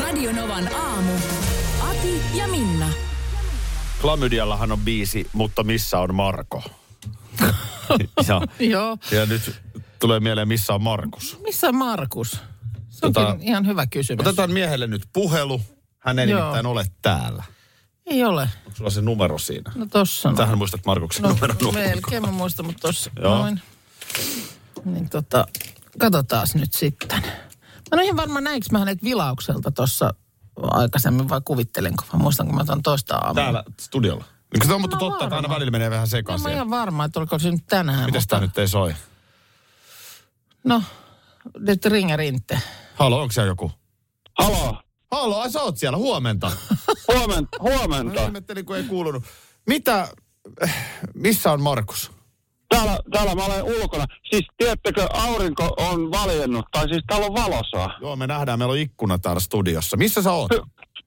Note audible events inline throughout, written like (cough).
Radionovan aamu. Ati ja Minna. Klamydiallahan on biisi, mutta missä on (laughs) Marko? ja, Joo. ja nyt tulee mieleen, missä on Markus. Missä on Markus? Se onkin Tota- ihan hyvä kysymys. Otetaan miehelle nyt puhelu. Hän ei Joo. nimittäin ole täällä. Ei ole. Onko sulla se numero siinä? No tossa no. Tähän muistat Markuksen no numeron. melkein mä muistan, mutta tossa Joo. noin. Niin tota, katsotaas nyt sitten. Mä en ole ihan varma näinkö mä hänet vilaukselta tossa aikaisemmin vai kuvittelenko vai muistanko mä ton toista aamua. Täällä studiolla. Niin se on mutta No totta, että aina varmaan. välillä menee vähän No, mä sekaisin. en ihan varma, että oliko se nyt tänään. Mites tää nyt ei soi? No, nyt ringer inte. Halo, onko siellä joku? Halo, Halo, ai sä oot siellä, (laughs) huomenta. huomenta. Mä huomenta. ihmettelin, kun ei kuulunut. Mitä, missä on Markus? Täällä, täällä mä olen ulkona. Siis tiedättekö, aurinko on valjennut, tai siis täällä on valosaa. Joo, me nähdään, meillä on ikkuna täällä studiossa. Missä sä oot?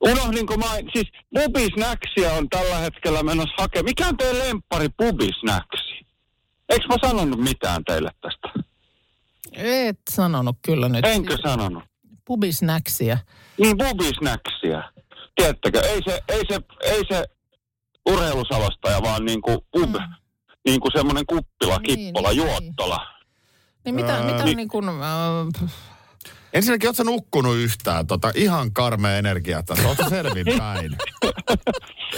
Unohdinko mä, siis pubisnäksiä on tällä hetkellä menossa hakemaan. Mikä on teidän lemppari pubisnäksi? Eikö mä sanonut mitään teille tästä? Et sanonut kyllä nyt. Enkö sanonut? Pubisnäksiä. Niin pubisnäksiä. Tiedättekö, ei se, ei se, ei se urheilusalostaja, vaan niinku pub. Mm. Niinku semmonen kuppila, Niin, kippola, niin, niin. juottola. Niin mitä, Ää, mitä niin- niin kun, äh, Ensinnäkin, oot sä nukkunut yhtään? Tota, ihan karmea energia tässä. Oot sä (laughs) selvin päin?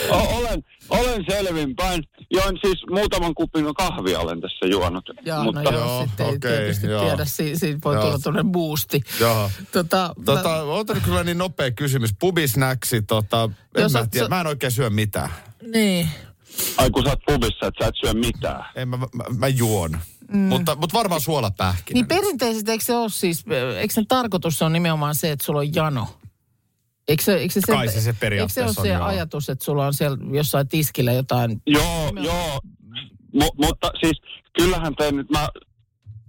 O- olen, olen selvinpäin. Join siis muutaman kupin kahvia olen tässä juonut. Jaa, mutta no joo, Joo, sitten ei okei, tietysti joo. tiedä, si- siinä voi Joo. tulla tuollainen boosti. Joo. Tota, Tota, mä, ota nyt kyllä niin nopea kysymys. Pubisnäksi, tota, en Jos mä oot tiedä. sä- Mä en oikein syö mitään. niin, ai kun sä oot pubissa, että sä et syö mitään. En mä, mä, mä juon. Mm. Mutta, mutta varmaan suolapähkinä. niin perinteisesti eikö se ole siis, eikö sen tarkoitus on nimenomaan se, että sulla on jano? Eikö se, eikö se, Kai se se periaatteessa Eikö se on, ole se joo. ajatus, että sulla on siellä jossain tiskillä jotain? Joo, joo. Mu- mutta siis kyllähän te nyt mä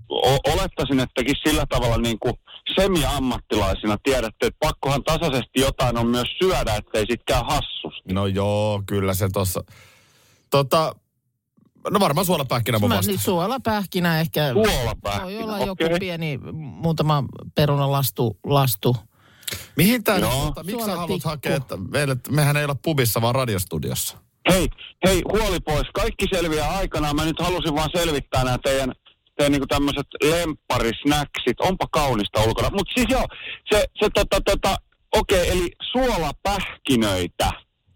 o- olettaisin, että tekin sillä tavalla niin kuin semi-ammattilaisina tiedätte, että pakkohan tasaisesti jotain on myös syödä, ettei sit käy hassusta. No joo, kyllä se tossa. Tota, no varmaan suolapähkinä mun Mä, vasta. niin suolapähkinä ehkä. Kuolapää. Voi olla joku pieni, muutama perunan lastu, lastu. Mihin tää, Joo. tota, miksi sä haluat Suolatikku. hakea, että meille, mehän ei olla pubissa, vaan radiostudiossa. Hei, hei, huoli pois. Kaikki selviää aikanaan. Mä nyt halusin vaan selvittää nämä teidän, teidän niinku tämmöiset lempparisnäksit. Onpa kaunista ulkona. Mutta siis joo, se, se tota, tota, okei, okay, eli suolapähkinöitä.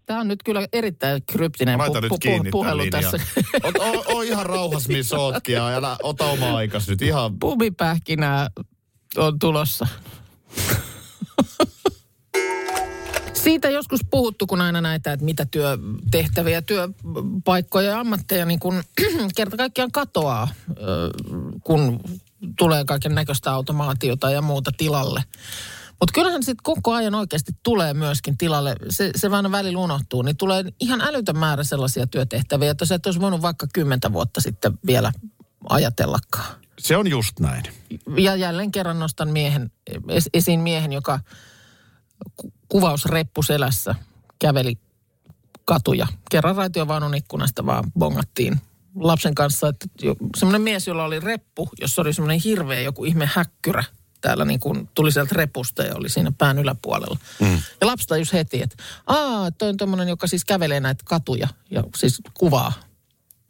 Tämä on nyt kyllä erittäin kryptinen Laita pu- nyt pu- kiinni pu- puhelu tän linjan. tässä. Ot- oo, oo ihan rauhas, missä ootkin, ja älä ota oma aikas nyt ihan. pubipähkinää on tulossa. Siitä joskus puhuttu, kun aina näitä, että mitä työtehtäviä, työpaikkoja ja ammatteja niin kun (clears throat) kerta kaikkiaan katoaa, ö, kun tulee kaiken näköistä automaatiota ja muuta tilalle. Mutta kyllähän sitten koko ajan oikeasti tulee myöskin tilalle, se, se vaan välillä unohtuu, niin tulee ihan älytön määrä sellaisia työtehtäviä, että sä et olisi voinut vaikka kymmentä vuotta sitten vielä ajatellakaan Se on just näin. ja jälleen kerran nostan miehen, es- esiin miehen, joka ku- kuvausreppu selässä käveli katuja. Kerran raitiovaunun ikkunasta vaan bongattiin lapsen kanssa. Että jo, semmoinen mies, jolla oli reppu, jossa oli semmoinen hirveä joku ihme häkkyrä täällä niin kuin tuli sieltä repusta ja oli siinä pään yläpuolella. Mm. Ja lapsi tajus heti, että aa, toi on tommonen, joka siis kävelee näitä katuja ja siis kuvaa.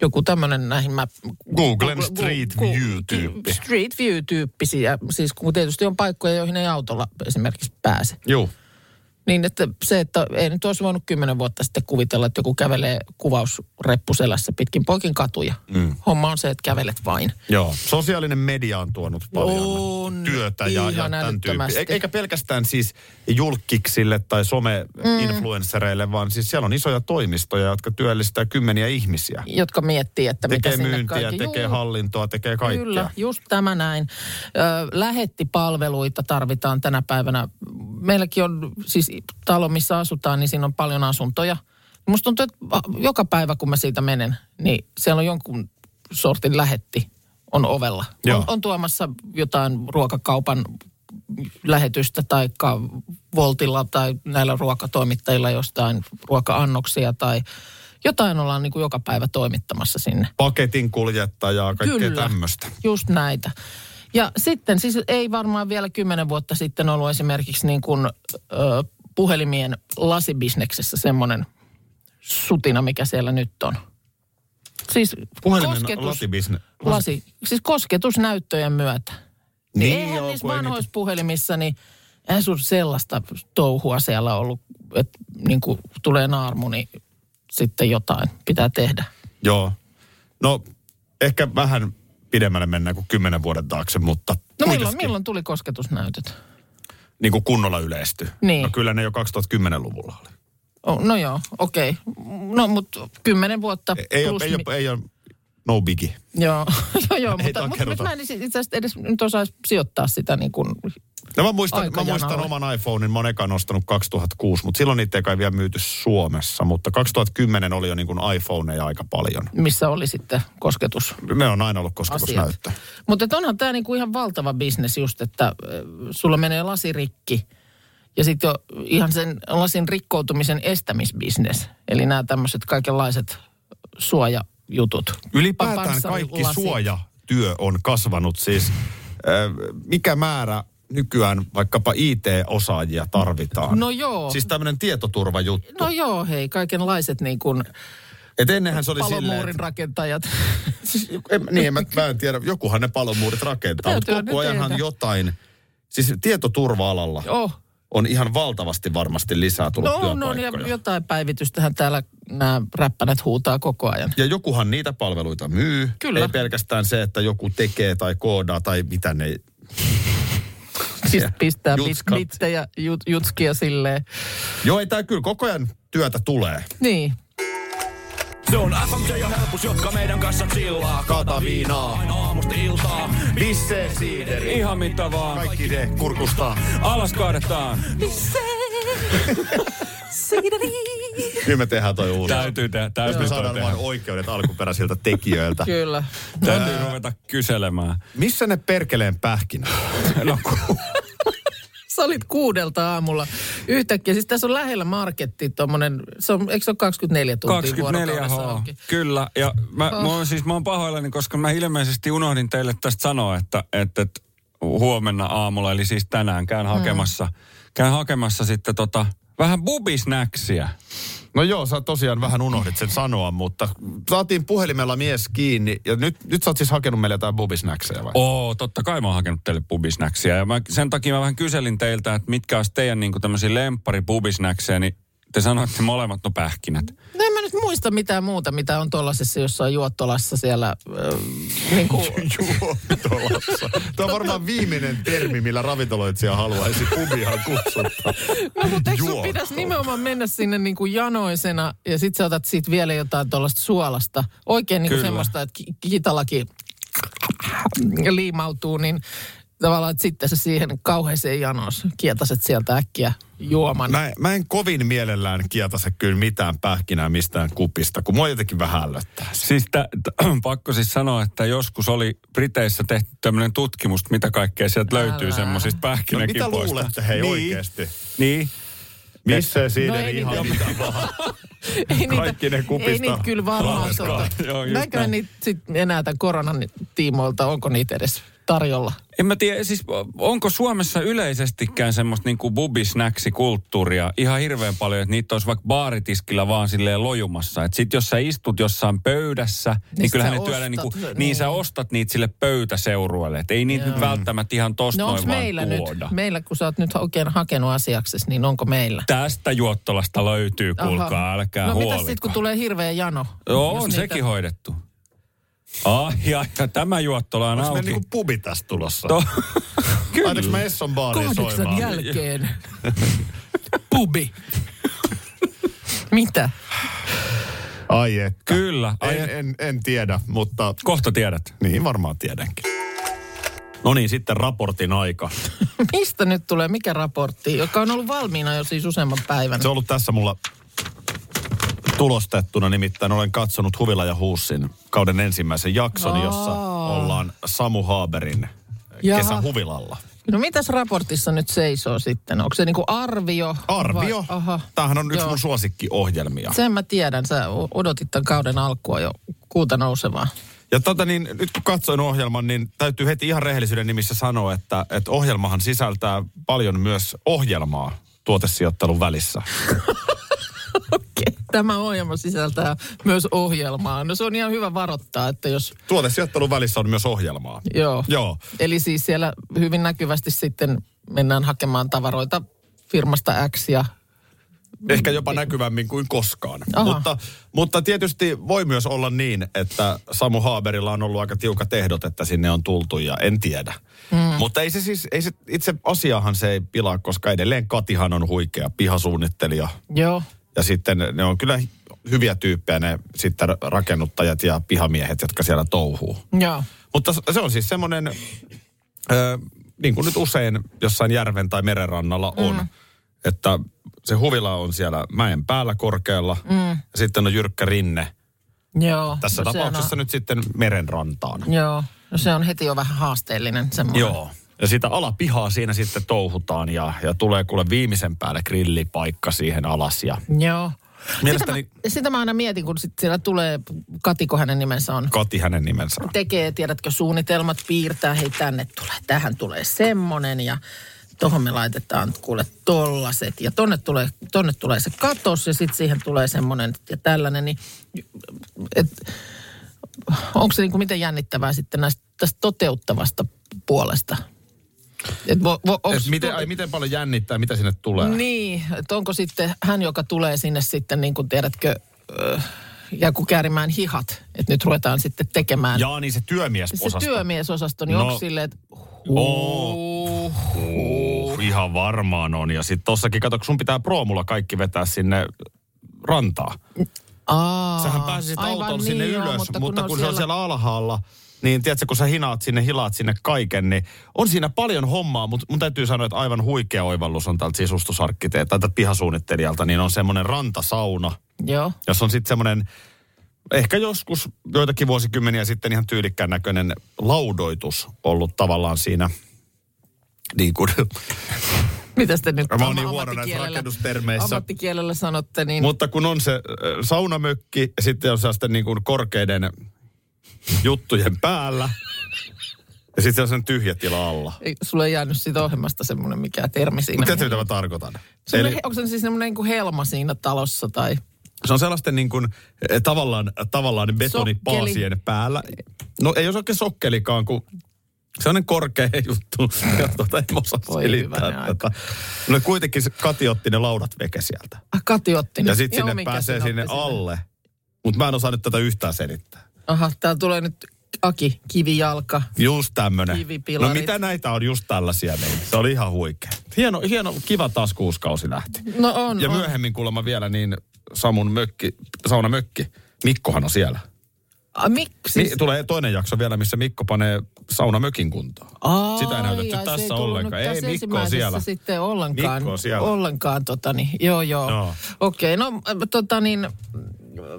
Joku tämmöinen näihin mä Googlen Street ku- View-tyyppi. Street View-tyyppisiä, siis kun tietysti on paikkoja, joihin ei autolla esimerkiksi pääse. Joo. Niin, että se, että ei nyt olisi voinut kymmenen vuotta sitten kuvitella, että joku kävelee kuvausreppuselässä pitkin poikin katuja. Mm. Homma on se, että kävelet vain. Joo, sosiaalinen media on tuonut paljon On, työtä ja, ja ihan tämän älyttömästi. tyyppiä. E- Eikä pelkästään siis julkiksille tai some-influenssereille, mm. vaan siis siellä on isoja toimistoja, jotka työllistää kymmeniä ihmisiä. Jotka miettii, että Tekee mitä sinne myyntiä, kaikki... tekee Juu, hallintoa, tekee kaikkea. Kyllä, just tämä näin. Ö, lähettipalveluita tarvitaan tänä päivänä. Meilläkin on siis talo, missä asutaan, niin siinä on paljon asuntoja. Musta tuntuu, että joka päivä kun mä siitä menen, niin siellä on jonkun sortin lähetti on ovella. Joo. On, on tuomassa jotain ruokakaupan lähetystä tai Voltilla tai näillä ruokatoimittajilla jostain ruoka-annoksia tai jotain ollaan niin kuin joka päivä toimittamassa sinne. Paketin kuljettajaa, kaikkea Kyllä. tämmöistä. Just näitä. Ja sitten siis ei varmaan vielä kymmenen vuotta sitten ollut esimerkiksi niin kuin, ö, puhelimien lasibisneksessä semmoinen sutina, mikä siellä nyt on. Siis Puhelimen kosketus, latibisne. lasi, siis kosketusnäyttöjen myötä. Niin Eihän joo, niissä kun ei niitä- vanhoissa puhelimissa, niin eihän sun sellaista touhua siellä ollut, että niin kuin tulee naarmu, niin sitten jotain pitää tehdä. Joo. No, ehkä vähän pidemmälle mennään kuin kymmenen vuoden taakse, mutta No milloin, kuitenkin milloin tuli kosketusnäytöt? Niin kuin kunnolla yleisty. Niin. No kyllä ne jo 2010-luvulla oli. Oh, no joo, okei. No mutta kymmenen vuotta E- Ei, plus... niin. ole, ei, ole, ei ole no bigi. mi- joo, (laughs) joo, joo Ei mutta, tää mutta nyt kerrota. mä en itse asiassa edes nyt osaisi sijoittaa sitä niin kuin... No mä muistan, mä Aikajana muistan oli. oman iPhonein, mä oon ekan ostanut 2006, mutta silloin niitä ei kai vielä myyty Suomessa, mutta 2010 oli jo niin kuin iPhoneja aika paljon. missä oli sitten kosketus. Me on aina ollut kosketusnäyttö. Mutta et onhan tämä niinku ihan valtava bisnes just, että ö, sulla menee lasi rikki ja sitten jo ihan sen lasin rikkoutumisen estämisbisnes. Eli nämä tämmöiset kaikenlaiset suojajutut. Ylipäätään Panssarilasit. kaikki suojatyö on kasvanut siis. äh, Mikä määrä nykyään vaikkapa IT-osaajia tarvitaan? No joo. Siis tämmöinen tietoturvajuttu. No joo, hei, kaikenlaiset niin kuin Et ennenhän se oli silleen, palomuurin että- rakentajat. Siis joku- en, niin, en mä, mä en tiedä. Jokuhan ne palomuurit rakentaa, mutta Täytyy koko ne ajanhan tehdä. jotain. Siis tietoturva-alalla (laughs) Oh, on ihan valtavasti varmasti lisää tullut No, no ja työpaikkoja. ja, jotain päivitystähän täällä nämä räppänät huutaa koko (laughs) ajan. jokuhan niitä palveluita myy. Kyllä. Ei pelkästään se, että joku tekee tai koodaa tai mitä (laughs) ne... Siis pistää bit- Jutskat. bittejä, jut, jutskia silleen. Joo, ei tää kyllä koko ajan työtä tulee. Niin, Se on FMJ ja helpus, jotka meidän kanssa chillaa. Kata viinaa, Aina aamusta iltaa. bisse, siideri. Ihan mitä vaan. Kaikki se kurkustaa. Alas kaadetaan. Nyt me tehdään toi uudestaan. Täytyy, te- Jos me täytyy toi saadaan tehdä. vain oikeudet alkuperäisiltä tekijöiltä. kyllä. Täytyy ruveta kyselemään. Missä ne perkeleen pähkinät? No, ku- Sä olit kuudelta aamulla yhtäkkiä. Siis tässä on lähellä marketti tommonen, se on, eikö se ole 24 tuntia 24 vuorokaudessa H. auki? Kyllä, ja mä, mä oon siis mä oon pahoillani, koska mä ilmeisesti unohdin teille tästä sanoa, että, että, että huomenna aamulla, eli siis tänään, käyn hakemassa, käyn hakemassa sitten tota, vähän bubisnäksiä. No joo, sä tosiaan vähän unohdit sen sanoa, mutta saatiin puhelimella mies kiinni ja nyt, nyt sä oot siis hakenut meille jotain bubisnäksejä vai? Oo, totta kai mä oon hakenut teille bubisnäksiä. Ja mä, sen takia mä vähän kyselin teiltä, että mitkä olisi teidän niin tämmöisiä lemppari bubisnäksejä, niin te sanoitte molemmat no pähkinät. No en mä nyt muista mitään muuta, mitä on tuollaisessa jossain juottolassa siellä. Äh, niin kuin, Juotolassa. Tämä on varmaan viimeinen termi, millä ravintoloitsija haluaisi pubiaan kutsuttaa. no mutta eikö sun Juotto. pitäisi nimenomaan mennä sinne niin kuin janoisena ja sit sä otat siitä vielä jotain tuollaista suolasta. Oikein niin kuin Kyllä. semmoista, että ki- kitalakin liimautuu, niin tavallaan että sitten se siihen kauheeseen janos kietaset sieltä äkkiä juoman. Mä, mä en kovin mielellään kietase kyllä mitään pähkinää mistään kupista, kun mua jotenkin vähän ällöttää. se. Siis tä, (clears throat) t- pakko siis sanoa, että joskus oli Briteissä tehty tämmöinen tutkimus, että mitä kaikkea sieltä löytyy Älä. semmoisista No, pähkinäkin mitä luulette hei niin. oikeesti? Niin. Missä siinä No ei ihan niitä- mitä vaan? Ei niitä, Kaikki ne kupista Ei niitä kyllä varmaan Joo, tota, just Näköjään näin. niitä sit enää tämän koronan tiimoilta, onko niitä edes tarjolla? En mä tiedä, siis onko Suomessa yleisestikään semmoista niinku bubisnäksikulttuuria ihan hirveän paljon, että niitä olisi vaikka baaritiskillä vaan silleen lojumassa. Että sit jos sä istut jossain pöydässä, niin, Niin niin sit kyllähän sä ne työllä ostat, niinku, no niin. niin. sä ostat niitä sille pöytäseurueelle. Että ei niitä nyt välttämättä ihan tosta No noin onko vaan meillä tuoda. nyt? Meillä, kun sä oot nyt oikein hakenut asiaksesi, niin onko meillä? Tästä juottolasta löytyy, kuulkaa, Aha. älkää No huoliko. mitäs sitten, kun tulee hirveä jano? Joo, Jos on niitä- sekin hoidettu. Ah, ja, ja tämä juottola on Onko meillä auki. niinku pubi tässä tulossa? To- Laitaks mä Esson baariin Kahdeksan soimaan? jälkeen. Pubi. Mitä? Ai että. Kyllä. Ai, En, en, en tiedä, mutta Kohta tiedät. niin varmaan tiedänkin. No niin, sitten raportin aika. Mistä nyt tulee? Mikä raportti, joka on ollut valmiina jo siis useamman päivän? Se on ollut tässä mulla tulostettuna, nimittäin olen katsonut Huvila ja Huussin kauden ensimmäisen jakson, Aa. jossa ollaan Samu Haaberin Jaha. kesä Huvilalla. No mitäs raportissa nyt seisoo sitten? Onko se niinku arvio? Arvio. Vai? Aha. Tämähän on yksi Joo. mun suosikkiohjelmia. Sen mä tiedän. Sä o- odotit tämän kauden alkua jo kuuta nousevaa. Ja tota niin, nyt kun katsoin ohjelman, niin täytyy heti ihan rehellisyyden nimissä sanoa, että, että ohjelmahan sisältää paljon myös ohjelmaa tuotesijoittelun välissä. Okei. Tämä ohjelma sisältää myös ohjelmaa. No se on ihan hyvä varoittaa, että jos... Tuotesijoittelun välissä on myös ohjelmaa. Joo. Joo. Eli siis siellä hyvin näkyvästi sitten mennään hakemaan tavaroita firmasta X ja Ehkä jopa näkyvämmin kuin koskaan. Aha. Mutta, mutta tietysti voi myös olla niin, että Samu Haaberilla on ollut aika tiukat ehdot, että sinne on tultu ja en tiedä. Mm. Mutta ei se siis, ei se, itse asiahan se ei pilaa, koska edelleen Katihan on huikea pihasuunnittelija. Joo. Ja sitten ne on kyllä hyviä tyyppejä ne sitten rakennuttajat ja pihamiehet, jotka siellä touhuu. Joo. Mutta se- se on siis semmoinen, ö, niin kuin nyt usein jossain järven tai merenrannalla on, mm. että se huvila on siellä mäen päällä korkealla mm. ja sitten on jyrkkä rinne. Joo. Tässä No no sehän tapauksessa nyt sitten merenrantaan. On, joo. No se on heti jo vähän haasteellinen semmoinen. Joo. Ja sitä alapihaa siinä sitten touhutaan ja, ja tulee kuule viimeisen päälle grillipaikka siihen alas ja Joo. Mielestäni- Sitä mä, sitä mä aina mietin, kun sit siellä tulee, Katiko hänen nimensä on, Kati hänen nimensä. on. tekee, tiedätkö, suunnitelmat, piirtää, hei tänne tulee, tähän tulee semmonen ja tohon me laitetaan kuule tollaset ja tonne tulee, tonne tulee se katos ja sitten siihen tulee semmonen ja tällainen, niin et, onko se niinku miten jännittävää sitten näistä, tästä toteuttavasta puolesta? Et vo, vo, onks- Et miten, ai, miten paljon jännittää, mitä sinne tulee? Niin, että onko sitten hän, joka tulee sinne sitten niin kuin tiedätkö, äh, ja kun käärimään hihat, että nyt ruvetaan sitten tekemään. Jaa, niin se työmies se työmiesosasto, niin no. No. onko silleen, että Oh. Uh, ihan varmaan on. Ja sitten tossakin, kato, kun sun pitää proomulla kaikki vetää sinne rantaa. Aa, Sähän pääsisit aivan autolla sinne niin, ylös, joo, mutta, mutta ne kun, kun se on siellä alhaalla, niin tiedätkö, kun sä hinaat sinne, hilaat sinne kaiken, niin on siinä paljon hommaa, mutta mun täytyy sanoa, että aivan huikea oivallus on tältä sisustusarkkiteelta tai tältä pihasuunnittelijalta, niin on semmoinen rantasauna, Joo, jos on sitten semmoinen, ehkä joskus joitakin vuosikymmeniä sitten ihan tyylikkään näköinen laudoitus ollut tavallaan siinä niin kuin, mitä te nyt Mä oon niin amma- huono näissä ammattikielellä- rakennustermeissä. Ammattikielellä sanotte, niin Mut, mutta kun on se ö, saunamökki ja sitten on sellaista niin kuin korkeiden juttujen päällä ja sitten se on tyhjä tila alla. sulle ei jäänyt siitä ohjelmasta semmoinen mikä termi siinä. Mutta tiedätkö, mitä mä tarkoitan? Semmoinen- Onko se siis semmoinen niin kuin helma siinä talossa tai... Se on sellaisten niin kuin, eh, tavallaan, tavallaan betonipaasien päällä. No ei ole oikein sokkelikaan, kun se on niin korkea juttu. Ja tuota, en osaa Voi hyvänen selittää aika. tätä. No kuitenkin se Kati otti ne laudat veke sieltä. Ah, Kati otti Ja ne. sitten Joo, sinne mikä pääsee sen sinne otti alle. Mutta mä en osaa nyt tätä yhtään selittää. Aha, täällä tulee nyt Aki, kivijalka. Just tämmönen. No Kivipilarit. mitä näitä on just tällaisia? Niin? Se oli ihan huikea. Hieno, hieno kiva taas kuuskausi lähti. No on, Ja on. myöhemmin kuulemma vielä niin Samun mökki, sauna mökki. Mikkohan on siellä. Ah, miksi? Siis... Tulee toinen jakso vielä, missä Mikko panee sauna mökin kuntoon. Ai, Sitä ei näytetty ai, se tässä tullut ollenkaan. tässä Ei, Mikko on ensimmäisessä siellä. sitten ollenkaan. Mikko on siellä. Ollenkaan, tota niin, joo joo. Joo. Okei, no äh, tota niin,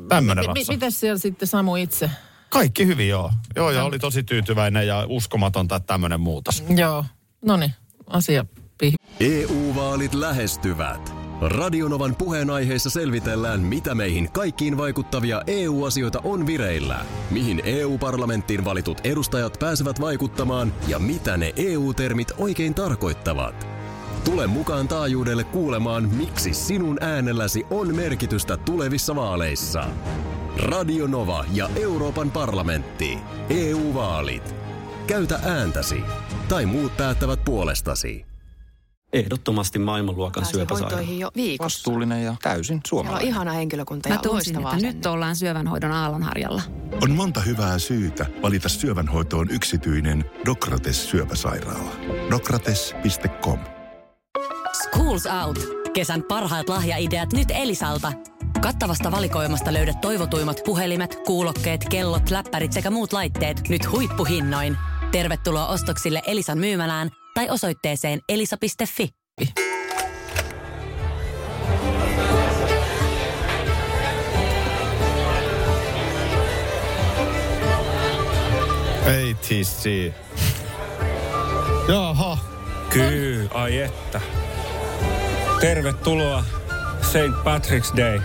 Tämmönen mi- ratsa. mitäs siellä sitten Samu itse? Kaikki hyvin, joo. Joo, ja oli tosi tyytyväinen ja uskomatonta, että tämmöinen muutos. Joo, no niin, asia pih- EU-vaalit E lähestyvät. Radionovan puheenaiheessa selvitellään, mitä meihin kaikkiin vaikuttavia EU-asioita on vireillä, mihin EU-parlamenttiin valitut edustajat pääsevät vaikuttamaan ja mitä ne EU-termit oikein tarkoittavat. Tule mukaan taajuudelle kuulemaan, miksi sinun äänelläsi on merkitystä tulevissa vaaleissa. Radio Nova ja Euroopan parlamentti. EU-vaalit. Käytä ääntäsi. Tai muut päättävät puolestasi. Ehdottomasti maailmanluokan Pääsee syöpäsairaala. hoitoihin jo viikossa. Vastuullinen ja täysin Siellä on suomalainen. ihana henkilökunta ja Mä tunsin, loistavaa että nyt asenne. ollaan syövänhoidon aallonharjalla. On monta hyvää syytä valita syövänhoitoon yksityinen Dokrates syöpäsairaala. Dokrates.com Schools Out. Kesän parhaat lahjaideat nyt Elisalta. Kattavasta valikoimasta löydät toivotuimmat puhelimet, kuulokkeet, kellot, läppärit sekä muut laitteet nyt huippuhinnoin. Tervetuloa ostoksille Elisan myymälään tai osoitteeseen elisa.fi. ATC. Jaha. Kyy, ai että. Tervetuloa St. Patrick's Day.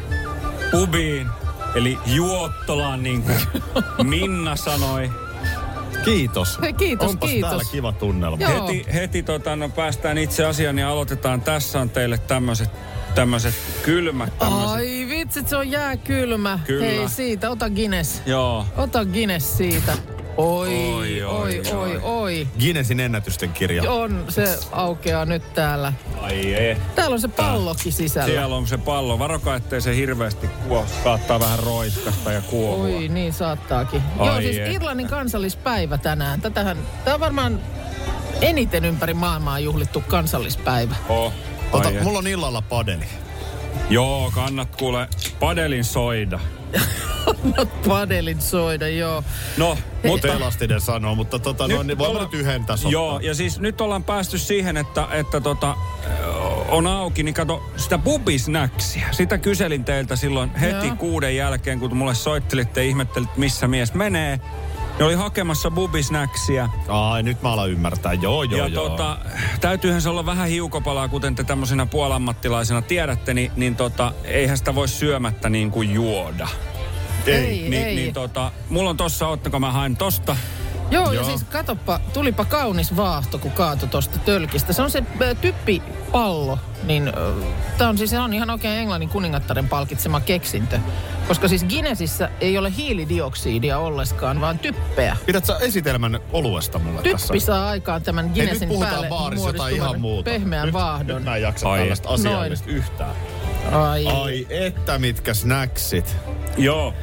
Pubiin, eli juottolaan (laughs) niin kuin Minna sanoi. Kiitos. Hei, kiitos, Onpas kiitos. täällä kiva tunnelma. Joo. Heti, heti tota, no, päästään itse asiaan ja aloitetaan. Tässä on teille tämmöiset tämmöset kylmät tämmöset. Ai vitsit, se on jääkylmä. Kyllä. Hei siitä, ota Guinness. Joo. Ota Guinness siitä. Oi, oi, Oi, oi, oi, oi. oi. Guinnessin ennätysten kirja. On, se aukeaa nyt täällä. Ai et. Täällä on se pallokin sisällä. Siellä on se pallo. Varokaa, ettei se hirveästi kuo. Saattaa vähän roiskasta ja kuohua. Oi, niin saattaakin. Ai Joo, siis että. Irlannin kansallispäivä tänään. Tätähän, tää on varmaan eniten ympäri maailmaa juhlittu kansallispäivä. Oh, Ota, ai et. mulla on illalla padeli. Joo, kannat kuule padelin soida. Padelin soida, joo. No, Mutta mutta... elastinen sanoo, mutta tota, no, niin voimme ollaan- nyt yhden tässä Joo, ottaa. ja siis nyt ollaan päästy siihen, että, että tota, ö, on auki, niin kato, sitä bubisnäksiä. Sitä kyselin teiltä silloin heti Joo. kuuden jälkeen, kun mulle soittelitte ja ihmettelitte, missä mies menee. Ne oli hakemassa bubisnäksiä. Ai, nyt mä alan ymmärtää. Joo, joo, ja joo. tota, täytyyhän se olla vähän hiukopalaa, kuten te tämmöisenä puolammattilaisena tiedätte, niin, niin tota, eihän sitä voi syömättä niin kuin juoda. Ei, Ni, ei. Niin tota, mulla on tossa, ottako mä haen tosta. Joo, ja Joo. siis katoppa, tulipa kaunis vaahto, kun kaatui tosta tölkistä. Se on se ö, typpipallo, niin tämä on siis se on ihan oikein Englannin kuningattaren palkitsema keksintö. Koska siis Guinnessissa ei ole hiilidioksidia olleskaan, vaan typpeä. Pidät sä esitelmän oluesta mulle tässä? Typpi saa aikaan tämän Ei, nyt Guinnessin puhutaan päälle baarissa tai ihan muodostuvan muuta. pehmeän nyt, vaahdon. Nyt mä en jaksa Ai tällaista et. asiallista yhtään. Ai, Ai että mitkä snacksit. Joo.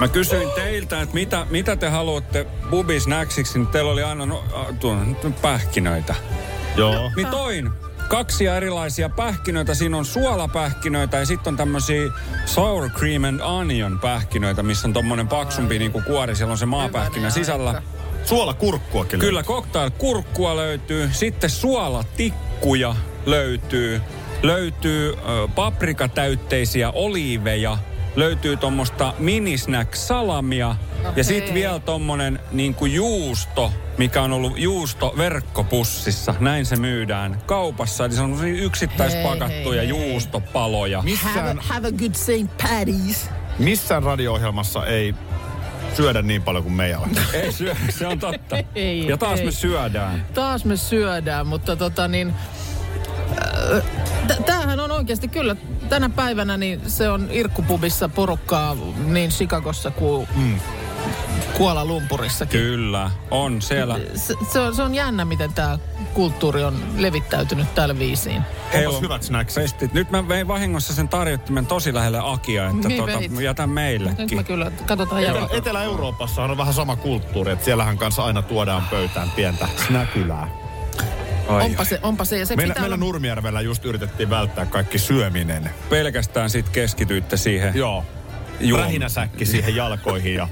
Mä kysyin teiltä, että mitä, mitä te haluatte bubisnäksiksi, niin teillä oli aina no, a, tuon, pähkinöitä. No, Joo. Niin toin kaksia erilaisia pähkinöitä. Siinä on suolapähkinöitä ja sitten on tämmöisiä sour cream and onion pähkinöitä, missä on tommonen paksumpi niinku kuori. Siellä on se maapähkinä Hyvänen sisällä. aika. Suola kurkkua kyllä. Kyllä, cocktail kurkkua löytyy. Sitten suolatikkuja löytyy. Löytyy ö, paprikatäytteisiä oliiveja. Löytyy tuommoista minisnack salamia. Ja sitten vielä tommonen niin kuin juusto, mikä on ollut juusto verkkopussissa. Näin se myydään kaupassa. Eli se on semmosia yksittäispakattuja Hei, hei, hei. juustopaloja. have, Missään, a, have a good St. Paddy's. missään radio-ohjelmassa ei syödä niin paljon kuin meillä. Ei syö, se on (laughs) totta. Ei, ja taas ei. me syödään. taas me syödään, mutta tota niin... äh, t- Tämähän on oikeasti kyllä tänä päivänä niin se on Irkkupubissa porukkaa niin Chicagossa kuin mm. Kuola Lumpurissakin. Kyllä, on siellä. Se, se, on, se on jännä, miten tämä kulttuuri on levittäytynyt tällä viisiin. Heillä Onpas on hyvät snacksit. Festit. Nyt mä vein vahingossa sen tarjottimen tosi lähelle Akia, että Niin tuota, veit. jätän Nyt mä meillekin. kyllä, katsotaan Etelä- (laughs) jälkeen. Etelä-Euroopassahan on vähän sama kulttuuri, että siellähän kanssa aina tuodaan pöytään pientä snackylää. Onpa se, onpa se. Ja se Meillä, pitää meillä olla... Nurmijärvellä just yritettiin välttää kaikki syöminen. Pelkästään sit keskityitte siihen. Joo. Juom- Rähinäsäkki siihen jalkoihin ja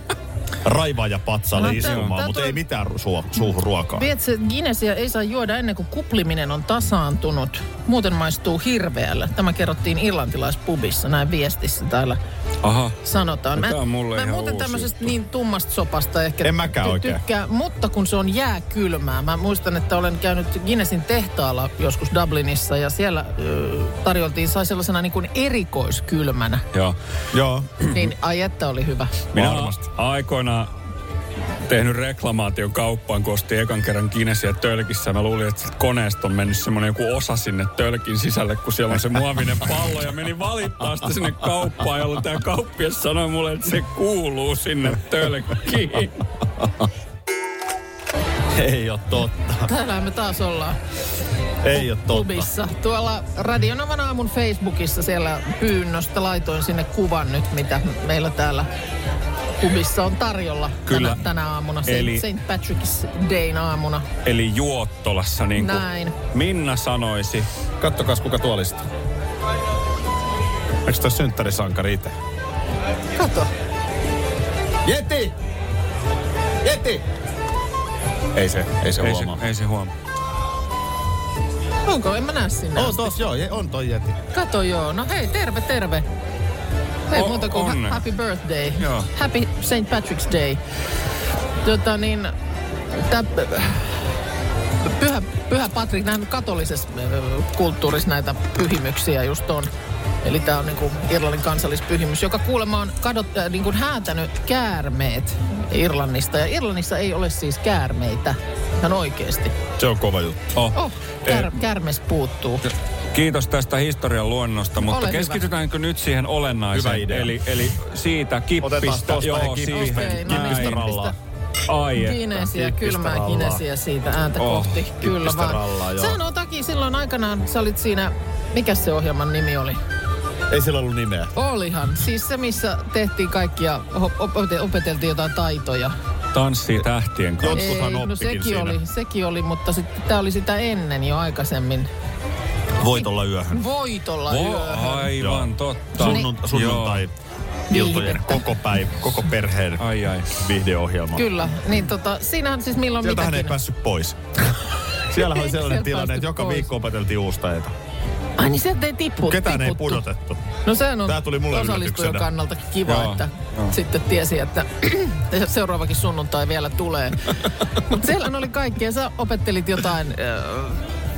raivaa ja No, patsalle tää- istumaan, tää mutta toi- ei mitään ru- suo- suuhun ruokaa. Vietse, Guinnessia ei saa juoda ennen kuin kupliminen on tasaantunut. Muuten maistuu hirveällä. Tämä kerrottiin irlantilaispubissa, näin viestissä täällä Aha. sanotaan. No tää on mulle mä en ihan muuten uusi tämmöisestä juttu. niin tummasta sopasta ehkä En mäkään ty- oikein. tykkää, mutta kun se on jääkylmää. Mä muistan, että olen käynyt Guinnessin tehtaalla joskus Dublinissa ja siellä ö, tarjoltiin, sai sellaisena niin kuin erikoiskylmänä. Joo. Joo. Mm-hmm. niin ai että oli hyvä. Minä olen Varmasti. aikoinaan tehnyt reklamaation kauppaan, kun ostin ekan kerran Guinnessia tölkissä. Mä luulin, että sit koneesta on mennyt semmoinen joku osa sinne tölkin sisälle, kun siellä on se muovinen pallo. Ja menin valittaa sitä sinne kauppaan, jolloin tämä kauppias sanoi mulle, että se kuuluu sinne tölkkiin. Ei ole totta. Täällä me taas ollaan. Ei ole totta. pubissa. Tuolla Radionavan aamun Facebookissa siellä pyynnöstä laitoin sinne kuvan nyt, mitä meillä täällä pubissa on tarjolla Kyllä. Tänä, tänä aamuna, Saint- Eli- Saint Patrick's Dayn aamuna. Eli Juottolassa, niinku niin kuin Näin. Minna sanoisi. Kattokaas kuka tuolista. Eikö toi synttärisankari itse? Kato, Jeti! Jeti! Ei se, ei se Ei se, huomaa. ei se huomaa. onko? En mä näe sinne. On tos, joo, je- on toi jeti. Kato joo. No hei, terve, terve. Ei O- muuta kuin onne. ha- happy birthday. Joo. Happy St. Patrick's Day. Tota niin, tää p- pyhä, pyhä Patrick, näin katolisessa ö, kulttuurissa näitä pyhimyksiä just on. Eli tämä on niinku Irlannin kansallispyhimys, joka kuulemma on kadot, äh, niinku häätänyt käärmeet Irlannista. Ja Irlannissa ei ole siis käärmeitä, ihan oikeasti. Se on kova juttu. Oh. Oh, käär, käärmes puuttuu. Kiitos tästä historian luonnosta, mutta Ole hyvä. keskitytäänkö nyt siihen olennaiseen? Hyvä idea. Eli, eli siitä Otetaan kippistä. tosta ja kippistä, siihen. Okei, no Näin. kippistä niin. rallaa. Ai että. Kinesiä, kylmää rallaa. kinesiä siitä ääntä Oh, kohti. Kyllä kippistä vaan. rallaa, joo. Sehän on takia silloin aikanaan, sä olit siinä, mikä se ohjelman nimi oli? Ei sillä ollut nimeä. Olihan, siis se missä tehtiin kaikkia, ho- opete- opeteltiin jotain taitoja. Tanssii tähtien kanssa. Jotkuthan no oppikin sekin siinä. oli, sekin oli, mutta sitten tämä oli sitä ennen jo aikaisemmin. Voit olla yöhön. Niin. Voitolla Vo- yöhön. aivan totta. Sunnunt- sunnuntai. Iltojen Viihdettä. koko päivä, koko perheen Joo. Ai ai. viihdeohjelma. Kyllä, niin tota, siinähän siis milloin Sieltähän ei mitäkin. päässyt (laughs) pois. Siellähän oli sellainen Eikö sieltä tilanne, että päästy joka pois? viikko opeteltiin uusta etä. Ai niin sieltä ei tippu, Ketään ei tiputtu. pudotettu. No sehän on Tää tuli mulle osallistujan yllätyksenä. kannalta kiva, Joo, että joo. sitten tiesi, että (clears throat) seuraavakin sunnuntai vielä (laughs) tulee. Mutta siellä oli kaikkea. Sä opettelit jotain, äh,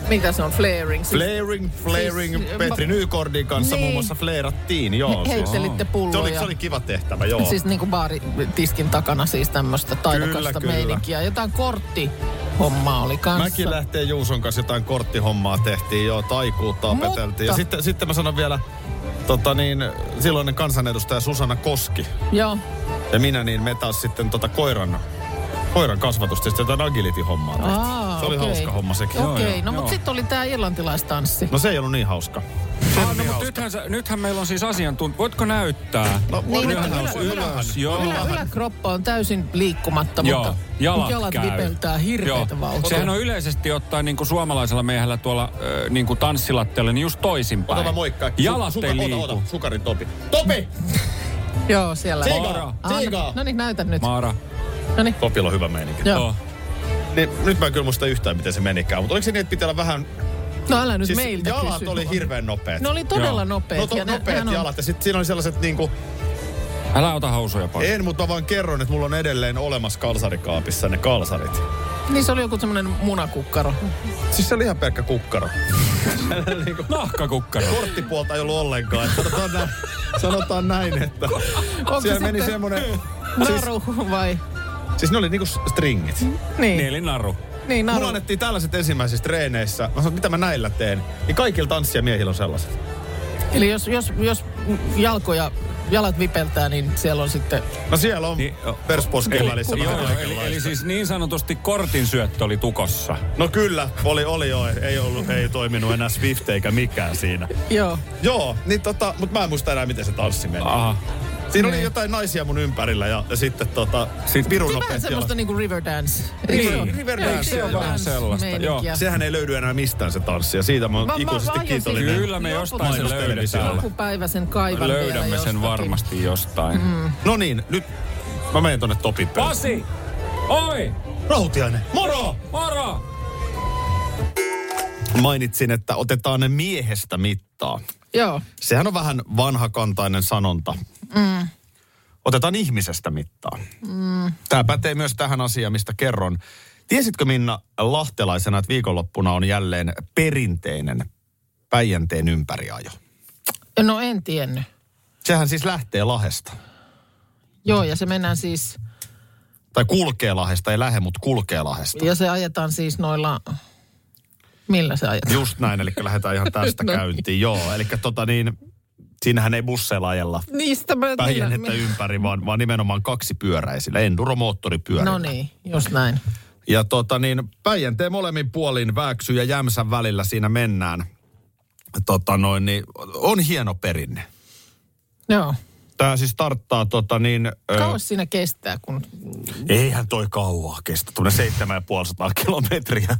mitä se on, flaring. Siis Flaring, flaring, Siis, Petri mä- Nykordin kanssa Niin. muun muassa fleerattiin, joo. he- Se- heittelitte Se oli, pulloja. se oli kiva tehtävä, joo. Siis niinku baaritiskin takana siis tämmöistä Kyllä, taidokasta kyllä. meininkiä. Jotain korttihommaa oli kanssa. Mäkin lähtee Juuson kanssa jotain korttihommaa tehtiin, joo, taikuutta Mutta- opeteltiin. Ja sitten, sitten mä sanon vielä, tota niin, silloinen kansanedustaja Susanna Koski Joo. ja minä, niin me taas sitten tota koiran, koiran kasvatusta, ja sitten jotain agility-hommaa tehtiin. Aa, Se oli okei. hauska homma sekin. Okei, Joo, joo, no mutta joo. sitten oli tämä irlantilaistanssi. No se ei ollut niin hauska. Se ei ollut Ah, no, niin mutta hauska. nythän, sä- nythän meillä on siis asiantuntija. Voitko näyttää? No, Niin, ylhäällä että on- ylä- ylhäällä on- Joo. Ylä, yläkroppa on täysin liikkumatta, mutta jalat, jalat käy. vipeltää hirveätä Joo. vauhtia. Sehän on yleisesti ottaen niin kuin suomalaisella miehellä tuolla äh, niin kuin tanssilattialla, niin just toisinpäin. Ota mä moikkaa. Jalat Suka- ei ota, liiku. Ota, ota, sukarin Topi. Topi! Joo, siellä. Siikaa! Ah, Siikaa! No niin, näytä nyt. Maara. No niin, Topilla on hyvä meininki. joo. Joo. Niin, nyt mä en kyllä muista yhtään, miten se menikään, mutta oliko se niin, että pitää olla vähän... No älä nyt Siis meiltä jalat kysy. oli hirveän nopeat. Ne oli todella Joo. nopeat. No to, ja ne- nopeat nehän on- jalat. Ja sitten siinä oli sellaiset niinku... Älä ota housuja pois. En, mutta mä vaan kerron, että mulla on edelleen olemassa kalsarikaapissa ne kalsarit. Niin se oli joku semmoinen munakukkaro. Siis se oli ihan pelkkä kukkaro. niinku, Nahkakukkaro. korttipuolta ei ollut ollenkaan. Sanotaan näin, sanotaan näin että... Onko siellä sitten meni semmonen... Siis, Naru vai? siis ne oli niinku stringit. Niin, niin, Nelinaru. niin naru. Mulla annettiin tällaiset ensimmäisissä treeneissä. Mä sanoin, että mitä mä näillä teen. Niin kaikilla tanssijamiehillä on sellaiset. Eli jos, jos, jos jalkoja, jalat vipeltää, niin siellä on sitten... No siellä on Niin, niin, joo. persposkin välissä Joo, vähän joo, eli, eli kaikenlaista. siis niin sanotusti kortin syöttö oli tukossa. No kyllä, oli, oli joo. Ei, ollut, ei toiminut enää Swift eikä mikään siinä. Joo. Joo, niin tota, mutta mä en muista enää miten se tanssi meni. Aha. Siinä oli jotain naisia mun ympärillä ja, ja sitten tota, niin. Sit- sit pirun Siinä on vähän nopeasti semmoista jalat. niinku river dance. Niin, Eikö se ole? river Joo, dance, se on river vähän dance sellaista, joo. meininkiä. Sehän ei löydy enää mistään se tanssi ja siitä mä oon Mä- mä- ikuisesti mä aion kiitollinen. siitä- Kyllä me Joku- jostain se Mainos löydetään. televisiolla. Joku päivä sen kaivan vielä Löydämme sen jostakin. varmasti jostain. Mm. No niin, nyt mä menen tonne Topin pöydään. Pasi! Oi! Rautiainen. Moro! Moro! mainitsin, että otetaan ne miehestä mittaa. Joo, Sehän on vähän vanhakantainen sanonta. Mm. Otetaan ihmisestä mittaa. Mm. Tämä pätee myös tähän asiaan, mistä kerron. Tiesitkö Minna lahtelaisena, että viikonloppuna on jälleen perinteinen Päijänteen ympäriajo? no en tiennyt. Sehän siis lähtee Lahesta. Joo, ja se mennään siis, Tai kulkee Lahesta, ei lähe, mutta kulkee Lahesta. ja se ajetaan siis noilla, millä se ajetaan? Just näin, eli lähdetään ihan tästä (laughs) No niin. käyntiin. Joo, eli tota niin, siinähän ei busseilla ajella Niistä mä... päijännettä ympäri, vaan, vaan nimenomaan kaksipyöräisillä, enduromoottoripyörillä. No niin, just näin. Ja tota niin, Päijänteen molemmin puolin Vääksy ja Jämsän välillä siinä mennään. Tota noin, niin on hieno perinne. Joo. Tämä siis starttaa tota niin... ö, Kauas siinä kestää, kun... Eihän toi kauaa kestä, tuonne 7500 (laughs) kilometriä.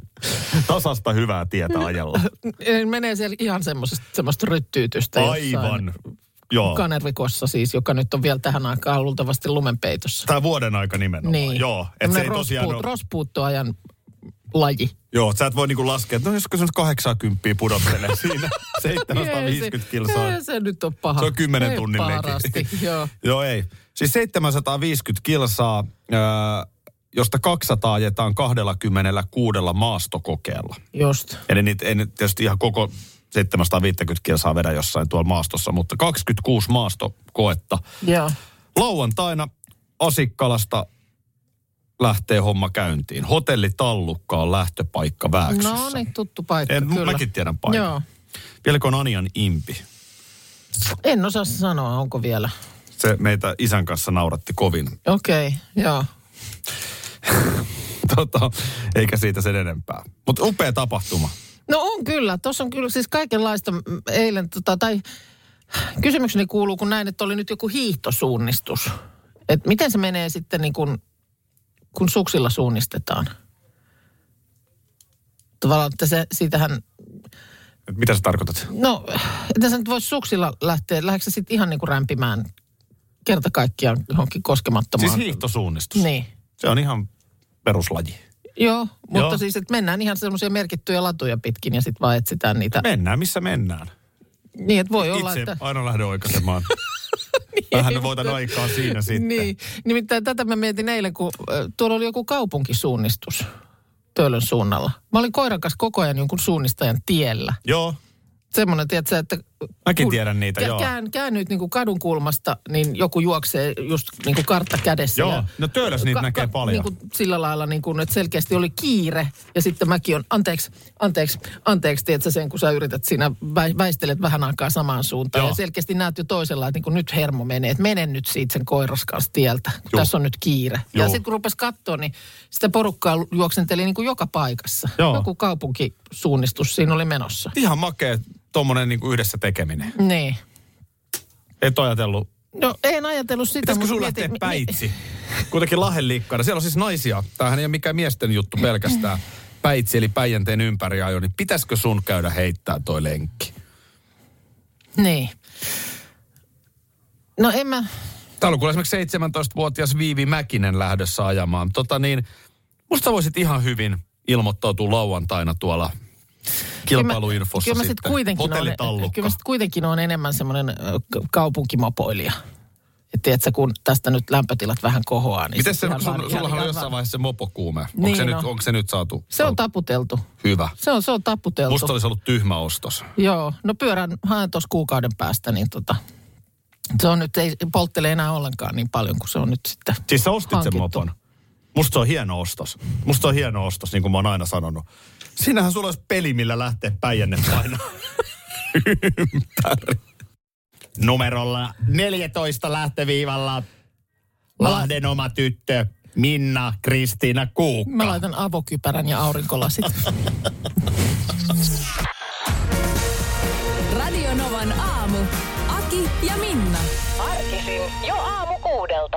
Tasasta hyvää tietä (laughs) ajella. e, Menee siellä ihan semmoisesta, semmoista ryttyytystä jossain Aivan. Joo. Kanervikossa siis, joka nyt on vielä tähän aikaan luultavasti lumenpeitossa. Tämä vuoden aika nimenomaan. Niin. No, Joo, et se Tämmönen ei tosiaan rospuut- ole, Rospuuttoajan laji. Joo, sä et voi niinku laskea, että no josko se nyt 80 pudottelee (laughs) siinä Ei 750 se- kilsaa. ei Se nyt on paha. Se on 10 Ei tunnin (laughs) parasti, leki. joo. Joo ei. Siis 750 kilsaa, ää, josta 200 ajetaan 26 maastokokeella. Just. Eli niitä ei nyt tietysti ihan koko 750 kilsaa vedä jossain tuolla maastossa, mutta 26 maastokoetta. Joo. Lauantaina Asikkalasta lähtee homma käyntiin. Hotelli Tallukka on lähtöpaikka Vääksyssä. No niin, tuttu paikka en, kyllä. mäkin tiedän paikan. Joo. Vieläkö on Anian impi? En osaa sanoa, onko vielä. Se meitä isän kanssa nauratti kovin. Okei, okay, joo. (laughs) tota, eikä siitä sen enempää. Mutta upea tapahtuma. No on kyllä, tuossa on kyllä siis kaikenlaista mm, eilen, tota, tai kysymykseni kuuluu, kun näin, että oli nyt joku hiihtosuunnistus. Et miten se menee sitten niin kun, kun suksilla suunnistetaan? Tavallaan, että se, siitähän, Et mitä sä tarkoitat? no, että sä nyt voisi suksilla lähteä, lähdetkö sä sitten ihan niin kuin rämpimään kerta kaikkiaan johonkin koskemattomaan? Siis hiihtosuunnistus. Niin. Se on ihan peruslaji. Joo, mutta Joo. siis, että mennään ihan semmoisia merkittyjä latuja pitkin ja sitten vaan etsitään niitä. Me... Mennään, missä mennään. Niin, että voi olla, Itse että... aina lähden (laughs) oikaisemaan. Niin, Vähän ne voitan aikaa siinä sitten. Niin, nimittäin tätä mä mietin eilen, kun ö, tuolla oli joku kaupunkisuunnistus Töölön suunnalla. Mä olin koiran kanssa koko ajan jonkun suunnistajan tiellä. Joo, Semmoinen, tiedätkö, että... Mäkin kun tiedän niitä, joo. Kään, käännyt niin kuin kadun kulmasta, niin joku juoksee just niin kuin kartta kädessä. joo. ja- No töölös niitä näkee paljon. Niin kuin sillä lailla, niin kuin, että selkeästi oli kiire. Ja sitten mäkin on, anteeksi, anteeksi, anteeksi, tiedätkö sen, kun sä yrität siinä, vä- väistelet vähän aikaa samaan suuntaan. Joo. Ja selkeästi näet jo toisella, että niin kuin nyt hermo menee, että mene nyt siitä sen koiras kanssa tieltä, kun Joo. tässä on nyt kiire. Joo. Ja sitten kun rupesi katsoa, niin sitä porukkaa lu- juoksenteli niin kuin joka paikassa. Joo. Joku kaupunkisuunnistus siinä oli menossa. Ihan makea tuommoinen niinku yhdessä tekeminen. Niin. Et ajatellut. No en ajatellut sitä, Pitäisikö mut sun mietin- lähteä mi- päitsi? Kuitenkin lahenliikkana. Siellä on siis naisia. Tämähän ei ole mikään miesten juttu pelkästään. Päitsi eli Päijänteen ympäriajo, niin pitäisikö sun käydä heittää toi lenkki? mi- Niin. No en mä, Täällä on kuule esimerkiksi 17-vuotias Viivi Mäkinen lähdössä ajamaan. Tota niin, musta sä voisit ihan hyvin ilmoittautua lauantaina tuolla kilpailuinfossa kyllä mä sit sitten. kuitenkin Hotellitallukka. on, kyllä mä sit kuitenkin on enemmän semmoinen ö, k- kaupunkimopoilija. Et tiedätkö, kun tästä nyt lämpötilat vähän kohoaa, niin... Miten sit se, ihan sun, vaan- ihan- sullahan on ihan jossain vaan- vaiheessa se mopokuume. Onko, Niin se, nyt, on. onko se nyt saatu? Se on taputeltu. Hyvä. Se on, se on taputeltu. Musta olisi ollut tyhmä ostos. Joo, no pyörän haen tuossa kuukauden päästä, niin tota, se on nyt, ei polttele enää ollenkaan niin paljon kuin se on nyt sitten Siis sä ostit sen hankittu. mopon. Musta se on hieno ostos. Musta se on hieno ostos, niin kuin mä oon aina sanonut. Siinähän sulla olisi peli, millä lähtee päijänne painaa ympäri. Numerolla 14 lähtöviivalla Lahden oma tyttö Minna Kristiina Kuukka. Mä laitan avokypärän ja (laughs) aurinkolasit. Radio Novan aamu. Aki ja Minna. Arkisin jo aamu kuudelta.